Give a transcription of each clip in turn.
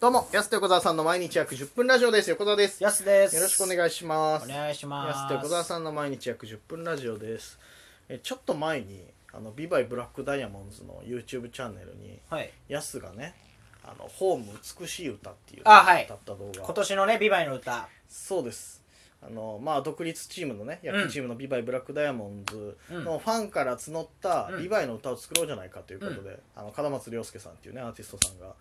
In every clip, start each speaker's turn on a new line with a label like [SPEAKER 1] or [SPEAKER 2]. [SPEAKER 1] どうも、安と横澤さんの毎日約10分ラジオです。横澤です。よ
[SPEAKER 2] やすです。
[SPEAKER 1] ろしくお
[SPEAKER 2] いし
[SPEAKER 1] 願いします。
[SPEAKER 2] お願いします。
[SPEAKER 1] 安と横澤さんの毎日約10分ラジオです。えちょっと前に、あの、ビバイブラックダイヤモンドズの YouTube チャンネルに、
[SPEAKER 2] はい。
[SPEAKER 1] ヤスがね、あの、ホーム美しい歌っていう
[SPEAKER 2] あはい
[SPEAKER 1] 歌った動画。
[SPEAKER 2] 今年のね、ビバイの歌。
[SPEAKER 1] そうです。あのまあ、独立チームのね野球チームのビバイブラックダイヤモンズのファンから募った
[SPEAKER 2] うん
[SPEAKER 1] ビバイの歌を作ろうじゃないかということで、あの門松亮介さんっていうねアーティストさんが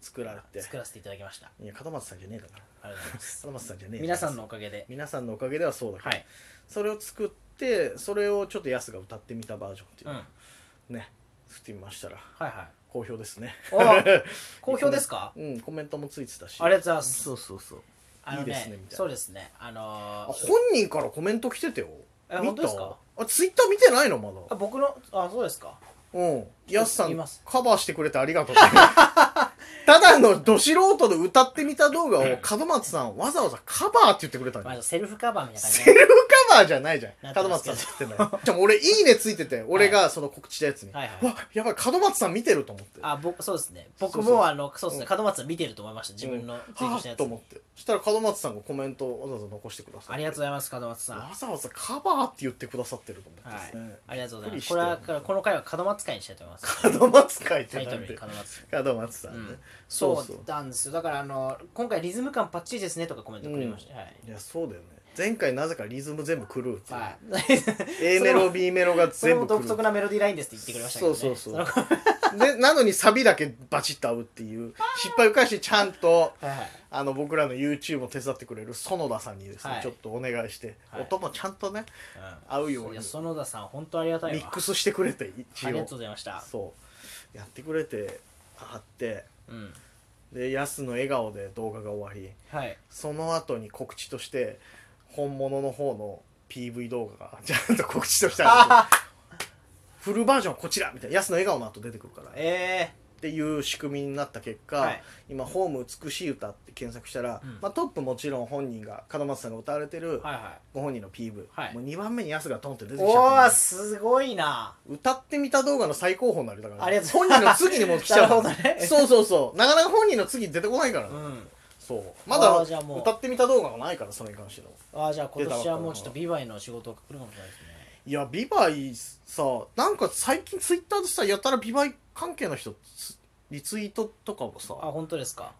[SPEAKER 1] 作られて
[SPEAKER 2] 作らせていただきま した。
[SPEAKER 1] いや門松さんじゃねえだから
[SPEAKER 2] ありがとうございます。
[SPEAKER 1] 門松さんじゃねえ
[SPEAKER 2] 皆さんのおかげで。
[SPEAKER 1] 皆さんのおかげではそうだけど、
[SPEAKER 2] はい。
[SPEAKER 1] それを作ってそれをちょっとヤスが歌ってみたバージョンっていう
[SPEAKER 2] うん。
[SPEAKER 1] の
[SPEAKER 2] は
[SPEAKER 1] をね、作ってみましたら
[SPEAKER 2] いはい。
[SPEAKER 1] 好評ですね
[SPEAKER 2] お好評ですか
[SPEAKER 1] うんコメントもついてたし
[SPEAKER 2] ありがとうございます。
[SPEAKER 1] そうそうそう
[SPEAKER 2] あの
[SPEAKER 1] いいですねみたいな
[SPEAKER 2] そうですね。あ
[SPEAKER 1] あ
[SPEAKER 2] のー
[SPEAKER 1] 本人からコメント来てたよ
[SPEAKER 2] え
[SPEAKER 1] 見た
[SPEAKER 2] 本当ですか
[SPEAKER 1] あツイッター見てないのまだ
[SPEAKER 2] あ、僕の、あ、そうですか。
[SPEAKER 1] うん。やすさ
[SPEAKER 2] い
[SPEAKER 1] ん
[SPEAKER 2] ます、
[SPEAKER 1] カバーしてくれてありがとう。 ただのど素人で歌ってみた動画を門松さんわざわざカバーって言ってくれたん
[SPEAKER 2] ま
[SPEAKER 1] だ
[SPEAKER 2] あ、セルフカバーみたいな感じ
[SPEAKER 1] セルフカバーじゃないじゃ
[SPEAKER 2] なっ
[SPEAKER 1] ん。
[SPEAKER 2] て
[SPEAKER 1] 門
[SPEAKER 2] ま
[SPEAKER 1] 松
[SPEAKER 2] す
[SPEAKER 1] さ
[SPEAKER 2] け
[SPEAKER 1] ん
[SPEAKER 2] ど
[SPEAKER 1] 作ってない。じゃあ俺、いいねついてて、俺がその告知したやつに。
[SPEAKER 2] はいはい
[SPEAKER 1] わ、やばい、門松さん見てると思って。
[SPEAKER 2] あ、僕、そうですね。僕
[SPEAKER 1] そうそう
[SPEAKER 2] も、あの、そうですね。門松さん見てると思いました。自分のツイートした
[SPEAKER 1] は
[SPEAKER 2] や
[SPEAKER 1] ぁ
[SPEAKER 2] つ
[SPEAKER 1] と。思って。そしたら門松さんがコメントをわざわざ残してくださ
[SPEAKER 2] あ
[SPEAKER 1] って。
[SPEAKER 2] りがとうございます、門松さん。
[SPEAKER 1] わざわざカバーって言ってくださってると思ってですね。
[SPEAKER 2] ありがとうござ
[SPEAKER 1] びっ
[SPEAKER 2] いま
[SPEAKER 1] くりし
[SPEAKER 2] す。
[SPEAKER 1] て
[SPEAKER 2] これは、この回は門松会にしたいと思います。
[SPEAKER 1] 門松書 いて
[SPEAKER 2] タイ
[SPEAKER 1] な
[SPEAKER 2] ト
[SPEAKER 1] ん
[SPEAKER 2] ルに
[SPEAKER 1] で
[SPEAKER 2] 門。松。
[SPEAKER 1] 門松さんね
[SPEAKER 2] うん。
[SPEAKER 1] そう
[SPEAKER 2] そ
[SPEAKER 1] そう
[SPEAKER 2] う。なんですよだからあの今回リズム感パッチリですねとかコメントくれました、はい
[SPEAKER 1] いやそうだよね前回なぜかリズム 全部狂うって いう、
[SPEAKER 2] はい、
[SPEAKER 1] A メロ B メロが
[SPEAKER 2] それ
[SPEAKER 1] 全
[SPEAKER 2] も
[SPEAKER 1] 部狂う
[SPEAKER 2] 独特なメロディーラインですって言ってくれましたけど、ね、
[SPEAKER 1] そうそうそう
[SPEAKER 2] のは
[SPEAKER 1] でなのにサビだけバチッと合うっていう失敗を返してちゃんと
[SPEAKER 2] いはい
[SPEAKER 1] あの僕らの YouTube も手伝ってくれる園田さんにですね、
[SPEAKER 2] はい
[SPEAKER 1] ちょっとお願いして、
[SPEAKER 2] はい
[SPEAKER 1] 音もちゃんとね
[SPEAKER 2] うん
[SPEAKER 1] 合うよう
[SPEAKER 2] い
[SPEAKER 1] に
[SPEAKER 2] や園田さん本当ありがたいわ
[SPEAKER 1] ミックスしてくれて一
[SPEAKER 2] ありが
[SPEAKER 1] 応
[SPEAKER 2] とうございました
[SPEAKER 1] そうやってくれてあって
[SPEAKER 2] うん
[SPEAKER 1] でヤスの笑顔で動画が終わり
[SPEAKER 2] はい
[SPEAKER 1] その後に告知として本物の方の PV 動画がちゃんと告知としてあるんですよ
[SPEAKER 2] あー
[SPEAKER 1] フルバージョンこちらみたいな安の笑顔の後出てくるからっ
[SPEAKER 2] え
[SPEAKER 1] ていう仕組みになった結果、
[SPEAKER 2] はい
[SPEAKER 1] 今「ホーム美しい歌」って検索したら、
[SPEAKER 2] うん
[SPEAKER 1] まあ、トップもちろん本人が門松さんが歌われてる
[SPEAKER 2] ー、はいは
[SPEAKER 1] ご本人の PV、
[SPEAKER 2] はい
[SPEAKER 1] もう2番目に安がトンって出て
[SPEAKER 2] い
[SPEAKER 1] きちゃった
[SPEAKER 2] お
[SPEAKER 1] ん
[SPEAKER 2] ー
[SPEAKER 1] です
[SPEAKER 2] ごいな
[SPEAKER 1] 歌ってみた動画の最高峰になるだから、
[SPEAKER 2] ありがとう
[SPEAKER 1] 本人の次にもう来ちゃう
[SPEAKER 2] なるほどね
[SPEAKER 1] そうそうそうなかなか本人の次出てこないから、
[SPEAKER 2] う
[SPEAKER 1] ね
[SPEAKER 2] ん
[SPEAKER 1] そうまだ
[SPEAKER 2] あーじゃあもう
[SPEAKER 1] 歌ってみた動画がないからそれに関しての
[SPEAKER 2] あーじゃあ今年はもうちょっとビバイの仕事が来るかもしれないですね
[SPEAKER 1] いやビバイさなんか最近ツイッターでさやたらビバイ関係の人つリツイートとかもさ
[SPEAKER 2] あ本当ですか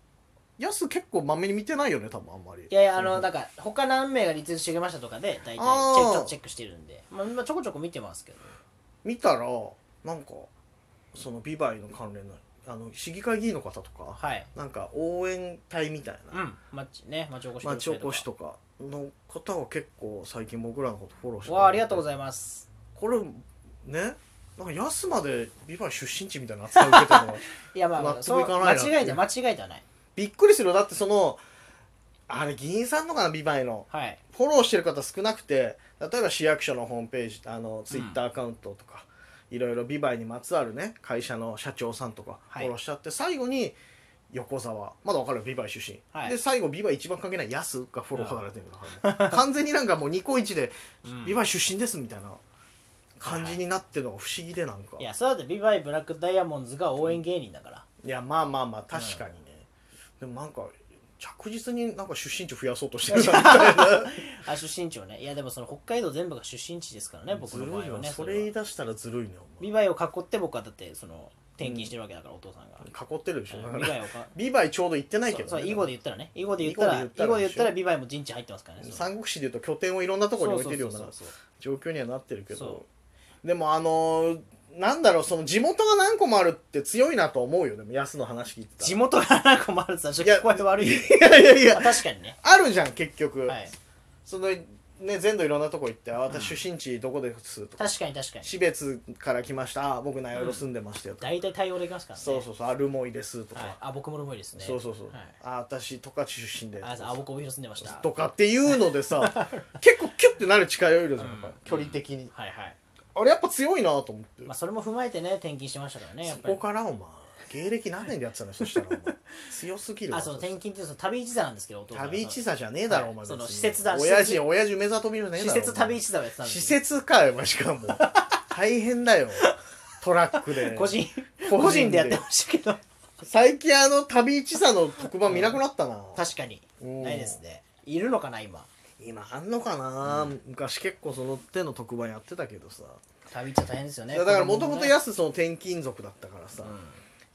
[SPEAKER 1] ヤス結構まめに見てないよね多分あんまり
[SPEAKER 2] いやいやあのなんか他何名がリツイートしてくれましたとかで大体チェ
[SPEAKER 1] あー
[SPEAKER 2] ックちょっとチェックしてるんでまあ今ちょこちょこ見てますけど
[SPEAKER 1] 見たらなんかそのビバイの関連のあの市議会議員の方とか
[SPEAKER 2] はい
[SPEAKER 1] なんか応援隊みたいな、
[SPEAKER 2] うん、町ね、町おこし協
[SPEAKER 1] 町
[SPEAKER 2] 力隊
[SPEAKER 1] おこしとかの方は結構最近僕らのことフォローして
[SPEAKER 2] わあ、ありがとうご
[SPEAKER 1] い
[SPEAKER 2] ざいます。
[SPEAKER 1] ますこれねなんかヤスまでビバイ出身地みたいな扱い受けたのは
[SPEAKER 2] いや、まあ、まあ
[SPEAKER 1] 納
[SPEAKER 2] そう
[SPEAKER 1] 得いかないな
[SPEAKER 2] 間違いじゃ、間違いじゃない。
[SPEAKER 1] びっくりするよだってそのあれ議員さんのかなビバイの
[SPEAKER 2] はい。
[SPEAKER 1] フォローしてる方少なくて例えば市役所のホームページあのツイッターアカウントとか、いろいろビバイにまつわるね会社の社長さんとかフ
[SPEAKER 2] はい
[SPEAKER 1] ォローしちゃって、最後に横澤まだ分かるよビバイ出身、
[SPEAKER 2] はい
[SPEAKER 1] で最後ビバイ一番関係ないヤスがフォロー離れてるの、から 完全になんかもうニコイチ で、ビバイ出身ですみたいな感じになってるのが不思議でなんか、
[SPEAKER 2] い
[SPEAKER 1] いや
[SPEAKER 2] や、そうだって、ビバイブラックダイヤモンズが応援芸人だから。
[SPEAKER 1] まあまあまあ確かにね、でもなんか着実になんか出身地増やそうとしてるなみたいな
[SPEAKER 2] あ、出身地をね。いや、でもその北海道全部が出身地ですからね、僕
[SPEAKER 1] ず
[SPEAKER 2] の
[SPEAKER 1] る
[SPEAKER 2] 場
[SPEAKER 1] い
[SPEAKER 2] 合は
[SPEAKER 1] よ
[SPEAKER 2] ね。
[SPEAKER 1] そ
[SPEAKER 2] は
[SPEAKER 1] れ言い出したらずるいねお前
[SPEAKER 2] ビバイを囲って僕はだって、その、転勤してるわけだから、お父さんが。
[SPEAKER 1] 囲ってるでしょだか
[SPEAKER 2] ビ
[SPEAKER 1] ら
[SPEAKER 2] バイをか、
[SPEAKER 1] ビバイちょうど行って ないけ
[SPEAKER 2] そ
[SPEAKER 1] ど、
[SPEAKER 2] う、そう囲碁で言ったらね。囲碁で言ったら、
[SPEAKER 1] 囲碁
[SPEAKER 2] 囲
[SPEAKER 1] で言ったら
[SPEAKER 2] 碁で言ったらビバイも陣地入ってますからね。その
[SPEAKER 1] 三国志でいうと拠点をいろんなところに置いてるような
[SPEAKER 2] そうそうそう
[SPEAKER 1] 状況にはなってるけど
[SPEAKER 2] そ
[SPEAKER 1] でもあのーなんだろうその地元が何個もあるって強いなと思うよでも安の話聞いてた
[SPEAKER 2] 地元が何個もあるってさ、ちょっと聞こえ悪い。
[SPEAKER 1] らいやいやい
[SPEAKER 2] あ
[SPEAKER 1] や
[SPEAKER 2] 確かにね。
[SPEAKER 1] あるじゃん結局、
[SPEAKER 2] はい。
[SPEAKER 1] そのね全土いろんなとこ行って「あ私出身地どこです」とか
[SPEAKER 2] 確かに確
[SPEAKER 1] 「
[SPEAKER 2] かに。
[SPEAKER 1] 標津から来ましたあ僕名寄住んでましたよ」とか
[SPEAKER 2] 大体対応できます
[SPEAKER 1] 「
[SPEAKER 2] からね。
[SPEAKER 1] そうそうそうアルモイです」と
[SPEAKER 2] はい
[SPEAKER 1] か、
[SPEAKER 2] あ、僕も重いですね。
[SPEAKER 1] そうそうそう
[SPEAKER 2] はい
[SPEAKER 1] 「あ私十勝出身で」
[SPEAKER 2] あ、そうあ僕帯広住んでました。
[SPEAKER 1] とかっていうのでさ 結構キュッてなる近寄りじゃん、
[SPEAKER 2] うん
[SPEAKER 1] やっぱり距離的に
[SPEAKER 2] はいはい。
[SPEAKER 1] あれやっぱ強いなと思って、
[SPEAKER 2] まあ、それも踏まえてね、転勤してましたからね、やっ
[SPEAKER 1] そ
[SPEAKER 2] ぱり
[SPEAKER 1] こ。からお前芸歴何年でやってたのそしたらお 前強すぎるわ
[SPEAKER 2] あ、その転勤っていうのは旅一座なんですけど、お父さん
[SPEAKER 1] 旅一座じゃねえだろ、
[SPEAKER 2] はい
[SPEAKER 1] お前
[SPEAKER 2] その
[SPEAKER 1] 別に
[SPEAKER 2] 施設だ
[SPEAKER 1] 親
[SPEAKER 2] 施
[SPEAKER 1] 父
[SPEAKER 2] 設
[SPEAKER 1] 親父梅里見るねえだ
[SPEAKER 2] 施
[SPEAKER 1] ろ
[SPEAKER 2] 設旅
[SPEAKER 1] 座
[SPEAKER 2] 一座をやってたんです
[SPEAKER 1] 施
[SPEAKER 2] よ
[SPEAKER 1] 設かよお前しか も大変だよトラックで
[SPEAKER 2] 個人、
[SPEAKER 1] 個人で
[SPEAKER 2] 個人でやってましたけど。
[SPEAKER 1] 最近あの旅一さの特番見なくなったな
[SPEAKER 2] 確かに
[SPEAKER 1] うん
[SPEAKER 2] ないですねいるのかな今
[SPEAKER 1] 今あんのかな、昔結構その手の特番やってたけどさ、
[SPEAKER 2] 旅行っちゃ大変ですよね
[SPEAKER 1] だからもともと
[SPEAKER 2] や
[SPEAKER 1] 安その転勤族だったからさ、
[SPEAKER 2] うん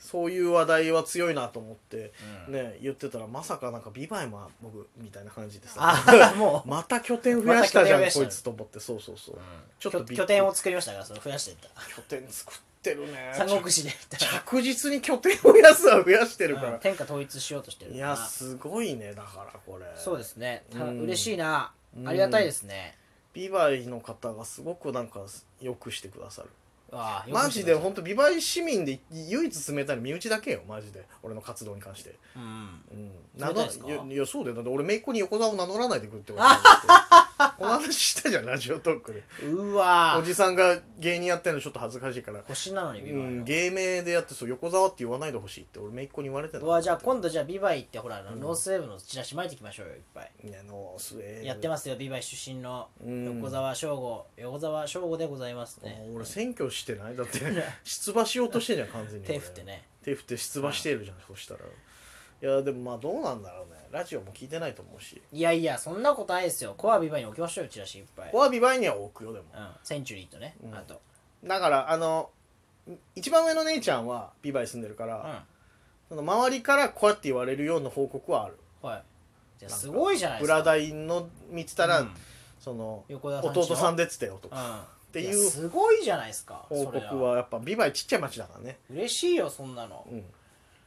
[SPEAKER 1] そういう話題は強いなと思って、
[SPEAKER 2] うん
[SPEAKER 1] ね言ってたらまさかなんか「ビバイも僕みたいな感じでさ
[SPEAKER 2] あ も
[SPEAKER 1] また拠点増やしたじゃん、
[SPEAKER 2] また拠
[SPEAKER 1] こ
[SPEAKER 2] 点増
[SPEAKER 1] い
[SPEAKER 2] やし
[SPEAKER 1] つと思ってそうそうそう、
[SPEAKER 2] う
[SPEAKER 1] ちょっとびっく
[SPEAKER 2] 拠
[SPEAKER 1] り
[SPEAKER 2] 拠点を作りましたからその増やしていった
[SPEAKER 1] 拠点作ってるね
[SPEAKER 2] 三国志で
[SPEAKER 1] 着実に拠点をやすは増やしてるか
[SPEAKER 2] うん
[SPEAKER 1] ら、
[SPEAKER 2] 天下統一しようとしてる
[SPEAKER 1] いやすごいねだからこれ
[SPEAKER 2] そうですねた
[SPEAKER 1] うん
[SPEAKER 2] 嬉しいな
[SPEAKER 1] うん
[SPEAKER 2] ありがたいですね
[SPEAKER 1] ビバイの方がすごくなんかよくしてくださる
[SPEAKER 2] わあよく
[SPEAKER 1] マジで
[SPEAKER 2] 見てく
[SPEAKER 1] 本当ビバイ市民で唯一冷たいの身内だけよマジで俺の活動に関して
[SPEAKER 2] ださいうん
[SPEAKER 1] うん
[SPEAKER 2] 冷たいですか
[SPEAKER 1] 名乗いやいやそうだよだって俺姪っ子に横沢を名乗らないでくれってことこ の話したじゃんラジオトークで
[SPEAKER 2] う
[SPEAKER 1] お
[SPEAKER 2] わ
[SPEAKER 1] じさんが芸人やってるのちょっと恥ずかしいから、
[SPEAKER 2] 星なのに
[SPEAKER 1] う
[SPEAKER 2] ビバイ
[SPEAKER 1] ん、
[SPEAKER 2] の
[SPEAKER 1] 芸名でやってそう横沢って言わないでほしいって俺姪っ子に言われてた
[SPEAKER 2] うわじゃあ今度じゃあビバイってほらあのノースウェーブのチラシ巻いていきましょうよいっぱい
[SPEAKER 1] いやのすえ
[SPEAKER 2] やってますよビバイ出身の
[SPEAKER 1] うん
[SPEAKER 2] 横澤翔吾横澤翔吾でございますね
[SPEAKER 1] 俺選挙してないだって 出馬しようとしてんじゃん完全に
[SPEAKER 2] 手振ってね
[SPEAKER 1] 手振って出馬してるじゃん、そしたらいやでもまあどうなんだろうねラジオも聞いてないと思うし
[SPEAKER 2] いやいやそんなことないですよコアビバイに置きましょうよチラシいっぱい
[SPEAKER 1] ここはビバイには置くよでも
[SPEAKER 2] うんセンチュリーとね
[SPEAKER 1] うん
[SPEAKER 2] あと
[SPEAKER 1] だからあの一番上の姉ちゃんはビバイ住んでるか
[SPEAKER 2] うん
[SPEAKER 1] ら、その周りからこうやって言われるような報告はある
[SPEAKER 2] はいじゃあすごいじゃないですか
[SPEAKER 1] 裏台の見てたら、
[SPEAKER 2] うん
[SPEAKER 1] その
[SPEAKER 2] 横田
[SPEAKER 1] 弟さん
[SPEAKER 2] で
[SPEAKER 1] でっつったよと
[SPEAKER 2] う
[SPEAKER 1] か、
[SPEAKER 2] んって
[SPEAKER 1] いう
[SPEAKER 2] すごいじゃないですか
[SPEAKER 1] 報
[SPEAKER 2] それ
[SPEAKER 1] 告
[SPEAKER 2] は
[SPEAKER 1] はやっぱビバイちっちゃい町だからね、
[SPEAKER 2] 嬉しいよそんなの
[SPEAKER 1] うん、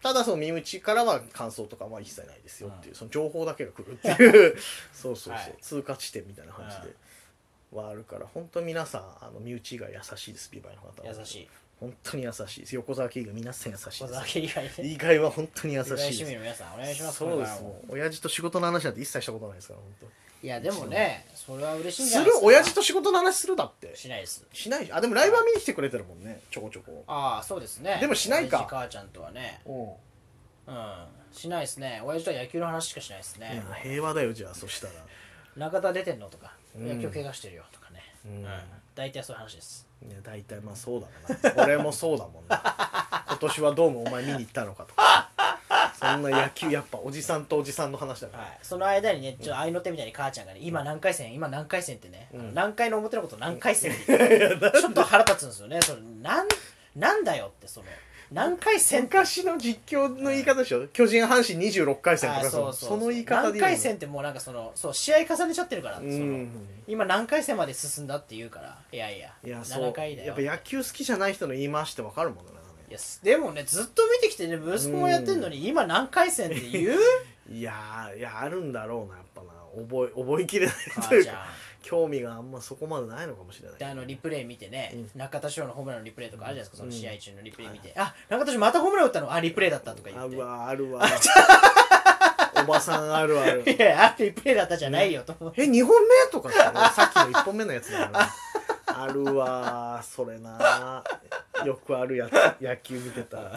[SPEAKER 1] ただその身内からは感想とかは一切ないですよっていう、その情報だけが来るっていう そうそうそう、
[SPEAKER 2] はい
[SPEAKER 1] 通過地点みたいな感じで。はあるから本当皆さんあの身内が優しいですビバイの方は
[SPEAKER 2] 優しい
[SPEAKER 1] 本当に優 しいです横沢家が皆さん優しい
[SPEAKER 2] 小
[SPEAKER 1] で
[SPEAKER 2] 沢
[SPEAKER 1] す
[SPEAKER 2] 家以外で
[SPEAKER 1] 意外は本当に優しい
[SPEAKER 2] ビバイ
[SPEAKER 1] です
[SPEAKER 2] 市民の皆さんお願いします
[SPEAKER 1] そうです
[SPEAKER 2] これからも
[SPEAKER 1] もう親父と仕事の話なんて一切したことないですから本当
[SPEAKER 2] いやでもねそれは嬉しいんじ
[SPEAKER 1] す
[SPEAKER 2] ゃない
[SPEAKER 1] る
[SPEAKER 2] ですか
[SPEAKER 1] 親父と仕事の話するだって
[SPEAKER 2] しないです
[SPEAKER 1] しないじゃんあでもライブは見に来てくれてるもんねちょこちょこ
[SPEAKER 2] ああそうですね
[SPEAKER 1] でもしないか
[SPEAKER 2] 親父母ちゃんとはね
[SPEAKER 1] う
[SPEAKER 2] うんしないですね親父とは野球の話しかしないです
[SPEAKER 1] んい
[SPEAKER 2] ね
[SPEAKER 1] や平和だよじゃあそ したら
[SPEAKER 2] 中田出てんのとか
[SPEAKER 1] うん
[SPEAKER 2] 野球怪我してるよとかね
[SPEAKER 1] う
[SPEAKER 2] うんん大体そういう話です
[SPEAKER 1] いや大体まあそうだろうな俺もそうだも んな今年はどうもお前見に行ったのかとかそんな野球やっぱおじさんとおじさんの話だから、
[SPEAKER 2] はいその間にねちょっと合いの手みたいに母ちゃんがね今何回戦今何回戦ってねあの何回の表のこと何回戦って言ってちょっと腹立つんですよねそのなんなんだよってその何回戦って
[SPEAKER 1] 昔の実況の言い方でしょ、巨人阪神26回戦と
[SPEAKER 2] あ
[SPEAKER 1] か
[SPEAKER 2] ーそう
[SPEAKER 1] そ
[SPEAKER 2] そう
[SPEAKER 1] の言い方で言うの
[SPEAKER 2] 何回戦ってもうなんかそのそう試合重ねちゃってるから、
[SPEAKER 1] うん
[SPEAKER 2] その今何回戦まで進んだって言うからいやいや
[SPEAKER 1] いやそう
[SPEAKER 2] 7回だ
[SPEAKER 1] や
[SPEAKER 2] よ
[SPEAKER 1] っぱ野球好きじゃない人の言い回しってわかるもんな、
[SPEAKER 2] いやすでもねずっと見てきてね息子もやってんのに今何回戦って言う
[SPEAKER 1] いやーいやあるんだろうなやっぱな覚え覚えきれないとい
[SPEAKER 2] 母
[SPEAKER 1] う
[SPEAKER 2] ちゃん
[SPEAKER 1] か興味があんまそこまでないのかもしれない
[SPEAKER 2] であのリプレイ見てね、
[SPEAKER 1] う
[SPEAKER 2] 中田翔のホームランのリプレイとかあるじゃないですか、
[SPEAKER 1] うん
[SPEAKER 2] その試合中のリプレイ見て、あ中田翔またホームラン打ったのあリプレイだったとか言
[SPEAKER 1] あ
[SPEAKER 2] って
[SPEAKER 1] うわあるわおばさんあるある
[SPEAKER 2] いやあリプレイだったじゃないよと思って、
[SPEAKER 1] え二2本目とかってさっきの1本目のやつだから あるわそれなよくあるやつ野球見てたらね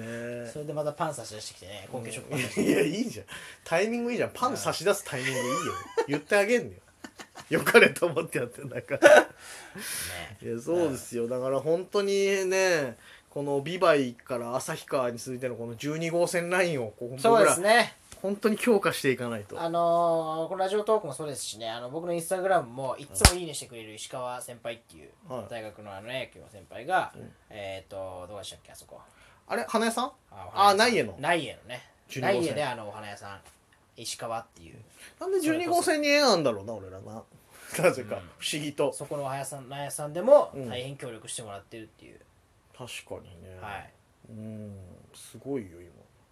[SPEAKER 1] え
[SPEAKER 2] それでまたパン差し出してきてね根拠ショックパン差し
[SPEAKER 1] いやいいじゃんタイミングいいじゃんパン差し出すタイミングいいよ言ってあげ んねよよかれと思ってやってんだから
[SPEAKER 2] て
[SPEAKER 1] いやそうですよだから本当にねこのビバイから旭川に続いてのこの12号線ラインをこう
[SPEAKER 2] ねそう
[SPEAKER 1] 僕
[SPEAKER 2] で
[SPEAKER 1] ら
[SPEAKER 2] すね
[SPEAKER 1] 本当に強化していかないと
[SPEAKER 2] あのーこのラジオトークもそうですしねあの僕のインスタグラムもいっつもいいねしてくれる石川先輩っていう、
[SPEAKER 1] はい
[SPEAKER 2] 大学のあの野球の先輩が、
[SPEAKER 1] ん
[SPEAKER 2] えっ、とどうでしたっけあそこ
[SPEAKER 1] あれ花屋さん
[SPEAKER 2] あ
[SPEAKER 1] あ
[SPEAKER 2] お花屋さん
[SPEAKER 1] 内江の
[SPEAKER 2] 内江のね
[SPEAKER 1] 12
[SPEAKER 2] 内
[SPEAKER 1] 号
[SPEAKER 2] 江
[SPEAKER 1] 線
[SPEAKER 2] であのお花屋さん石川っていう
[SPEAKER 1] なんで12号線に縁あんだろうな俺らななぜか不思議と
[SPEAKER 2] そこのお花屋さん内江さんでも
[SPEAKER 1] うん
[SPEAKER 2] 大変協力してもらってるっていう、
[SPEAKER 1] 確かにね
[SPEAKER 2] はい
[SPEAKER 1] うんすごいよ今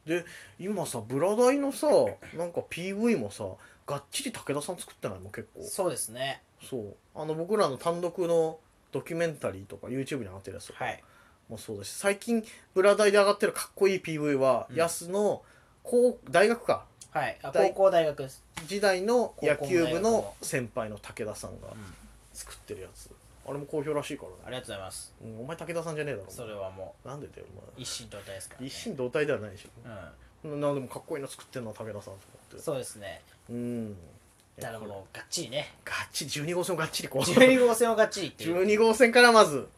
[SPEAKER 1] で今さブラダイのさなんか PV もさがっちり武田さん作ってないの結構
[SPEAKER 2] そうですね
[SPEAKER 1] そうあの僕らの単独のドキュメンタリーとか YouTube に上がってるやつとか
[SPEAKER 2] はい
[SPEAKER 1] もそうだし最近ブラダイで上がってるかっこいい PV は、
[SPEAKER 2] うん
[SPEAKER 1] ヤスの高大学か
[SPEAKER 2] はいあ
[SPEAKER 1] 大
[SPEAKER 2] 高校大学です、
[SPEAKER 1] 時代の野球部
[SPEAKER 2] 高校の大学の
[SPEAKER 1] の先輩の武田さんが
[SPEAKER 2] うん
[SPEAKER 1] 作ってるやつあれも好評らしいからね
[SPEAKER 2] ありがとうございます
[SPEAKER 1] うんお前武田さんじゃねえだろ
[SPEAKER 2] それはも
[SPEAKER 1] なんでだよお
[SPEAKER 2] う一心同体ですから、
[SPEAKER 1] 前
[SPEAKER 2] ね、
[SPEAKER 1] 一心同体ではないでし
[SPEAKER 2] う
[SPEAKER 1] ょなでもかっこいいの作ってんのは武田さんと思
[SPEAKER 2] ん
[SPEAKER 1] って
[SPEAKER 2] そうですね
[SPEAKER 1] うん
[SPEAKER 2] だからもうがっちりね
[SPEAKER 1] ガッチリ12号線をがっちりこう
[SPEAKER 2] 12号線をがっちりっていう
[SPEAKER 1] 12号線からまず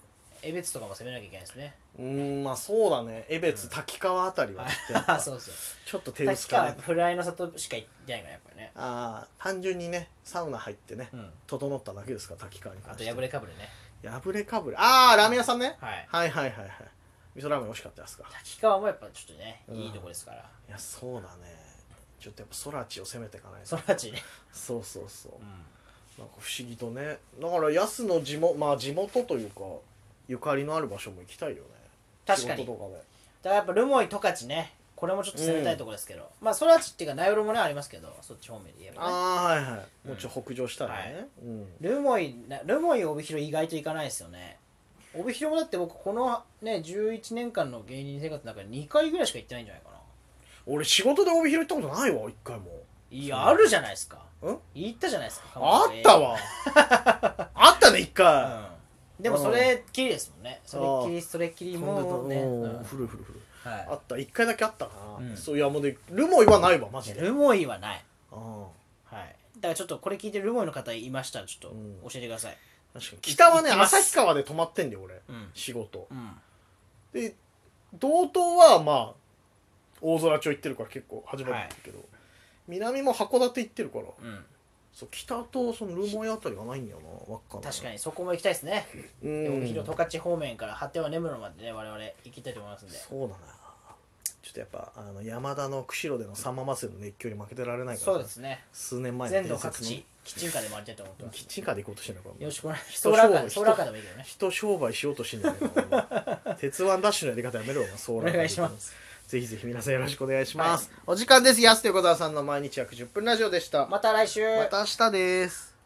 [SPEAKER 2] 江別とかも攻めなきゃいけないですね。
[SPEAKER 1] うーんまあそうだね江別滝川あたりは ちょっとやっぱ
[SPEAKER 2] そうそう。
[SPEAKER 1] ちょっと手
[SPEAKER 2] 確
[SPEAKER 1] 薄か
[SPEAKER 2] か
[SPEAKER 1] な
[SPEAKER 2] フライの里しか行ってないからやっぱりね。
[SPEAKER 1] ああ単純にねサウナ入ってね
[SPEAKER 2] うん。
[SPEAKER 1] 整っただけですから滝川に
[SPEAKER 2] あ
[SPEAKER 1] 関し
[SPEAKER 2] と
[SPEAKER 1] て
[SPEAKER 2] 破れかぶれね。
[SPEAKER 1] 破れかぶれああラーメン屋さんね、
[SPEAKER 2] はい。
[SPEAKER 1] はい、はいはいはい味噌ラーメン美味しかったですか
[SPEAKER 2] 滝川もやっぱちょっとね
[SPEAKER 1] うん
[SPEAKER 2] いいとこですから。
[SPEAKER 1] いやそうだねちょっとやっぱ空地を攻めていかないと
[SPEAKER 2] そのうちね。
[SPEAKER 1] そうそうそう
[SPEAKER 2] うん。
[SPEAKER 1] なんか不思議とねだから安の地元まあ地元というかゆかりのある場所も行きたいよね
[SPEAKER 2] 確
[SPEAKER 1] 仕
[SPEAKER 2] かに。だか
[SPEAKER 1] 事とかで
[SPEAKER 2] らやっぱルモイ十勝ね。これもちょっと攻めたいところですけど。まあソラチっていうかナイオロもねありますけど、そっち方面で言えば
[SPEAKER 1] あ
[SPEAKER 2] ね。
[SPEAKER 1] あーはいはい、もうちょっと北上したらね、うん
[SPEAKER 2] ルモイなルモイ帯広意外と行かないですよね帯広もだって僕このね11年間の芸人生活の中で2回ぐらいしか行ってないんじゃないかな
[SPEAKER 1] 俺仕事で帯広行ったことないわ一回も
[SPEAKER 2] い
[SPEAKER 1] そう
[SPEAKER 2] やあるじゃないですか
[SPEAKER 1] ん
[SPEAKER 2] 行ったじゃないですか
[SPEAKER 1] あった
[SPEAKER 2] わ、
[SPEAKER 1] わ あったね一
[SPEAKER 2] う
[SPEAKER 1] 回、
[SPEAKER 2] ん、でもそれっきりですもんねそれっきりそれっきりもうね、うん
[SPEAKER 1] ん、古い古い古いあ
[SPEAKER 2] は
[SPEAKER 1] った一回だけあったかな、
[SPEAKER 2] うん
[SPEAKER 1] そういやもうでルモイはないわマジ
[SPEAKER 2] い、
[SPEAKER 1] で、
[SPEAKER 2] ルモイはない
[SPEAKER 1] うん
[SPEAKER 2] はいだからちょっとこれ聞いてるルモイの方いましたらちょっ
[SPEAKER 1] うん
[SPEAKER 2] と教えてください
[SPEAKER 1] 確かに北はね
[SPEAKER 2] 行きます
[SPEAKER 1] 旭川で泊まってんだよ俺
[SPEAKER 2] うん、
[SPEAKER 1] 仕事
[SPEAKER 2] うん、
[SPEAKER 1] で道東はまあ大空町行ってるから結構始まるんだけど、南も函館行ってるから
[SPEAKER 2] うん、
[SPEAKER 1] そう北とそのルモイあたりがないんだよなわっか
[SPEAKER 2] 確かにそこも行きたいですね、
[SPEAKER 1] にう
[SPEAKER 2] で
[SPEAKER 1] ん
[SPEAKER 2] 帯広十勝方面から果ては根室までね我々行きたいと思いますんで
[SPEAKER 1] そうだなちょっとやっぱあの山田の釧路でのさんま祭りの熱狂に負けてられないから
[SPEAKER 2] そ
[SPEAKER 1] な
[SPEAKER 2] うですね
[SPEAKER 1] 数年前の
[SPEAKER 2] 全
[SPEAKER 1] 伝
[SPEAKER 2] 土
[SPEAKER 1] 説の
[SPEAKER 2] 各地キッチンカーで回りたいと思ってます
[SPEAKER 1] キッチンカーで行こうとしてるのか
[SPEAKER 2] よろしくお願いします
[SPEAKER 1] 人
[SPEAKER 2] ソーラーカ
[SPEAKER 1] 商売
[SPEAKER 2] ーソーラーカーでもいいけどね
[SPEAKER 1] 人商売しようとしてんじゃないか な鉄腕ダッシュのやり方やめろよソーラー
[SPEAKER 2] お願いします
[SPEAKER 1] ぜひぜひ皆さんよろしくお願いします、お時間です安手小沢さんの毎日約10分ラジオでした
[SPEAKER 2] また来週
[SPEAKER 1] また明日です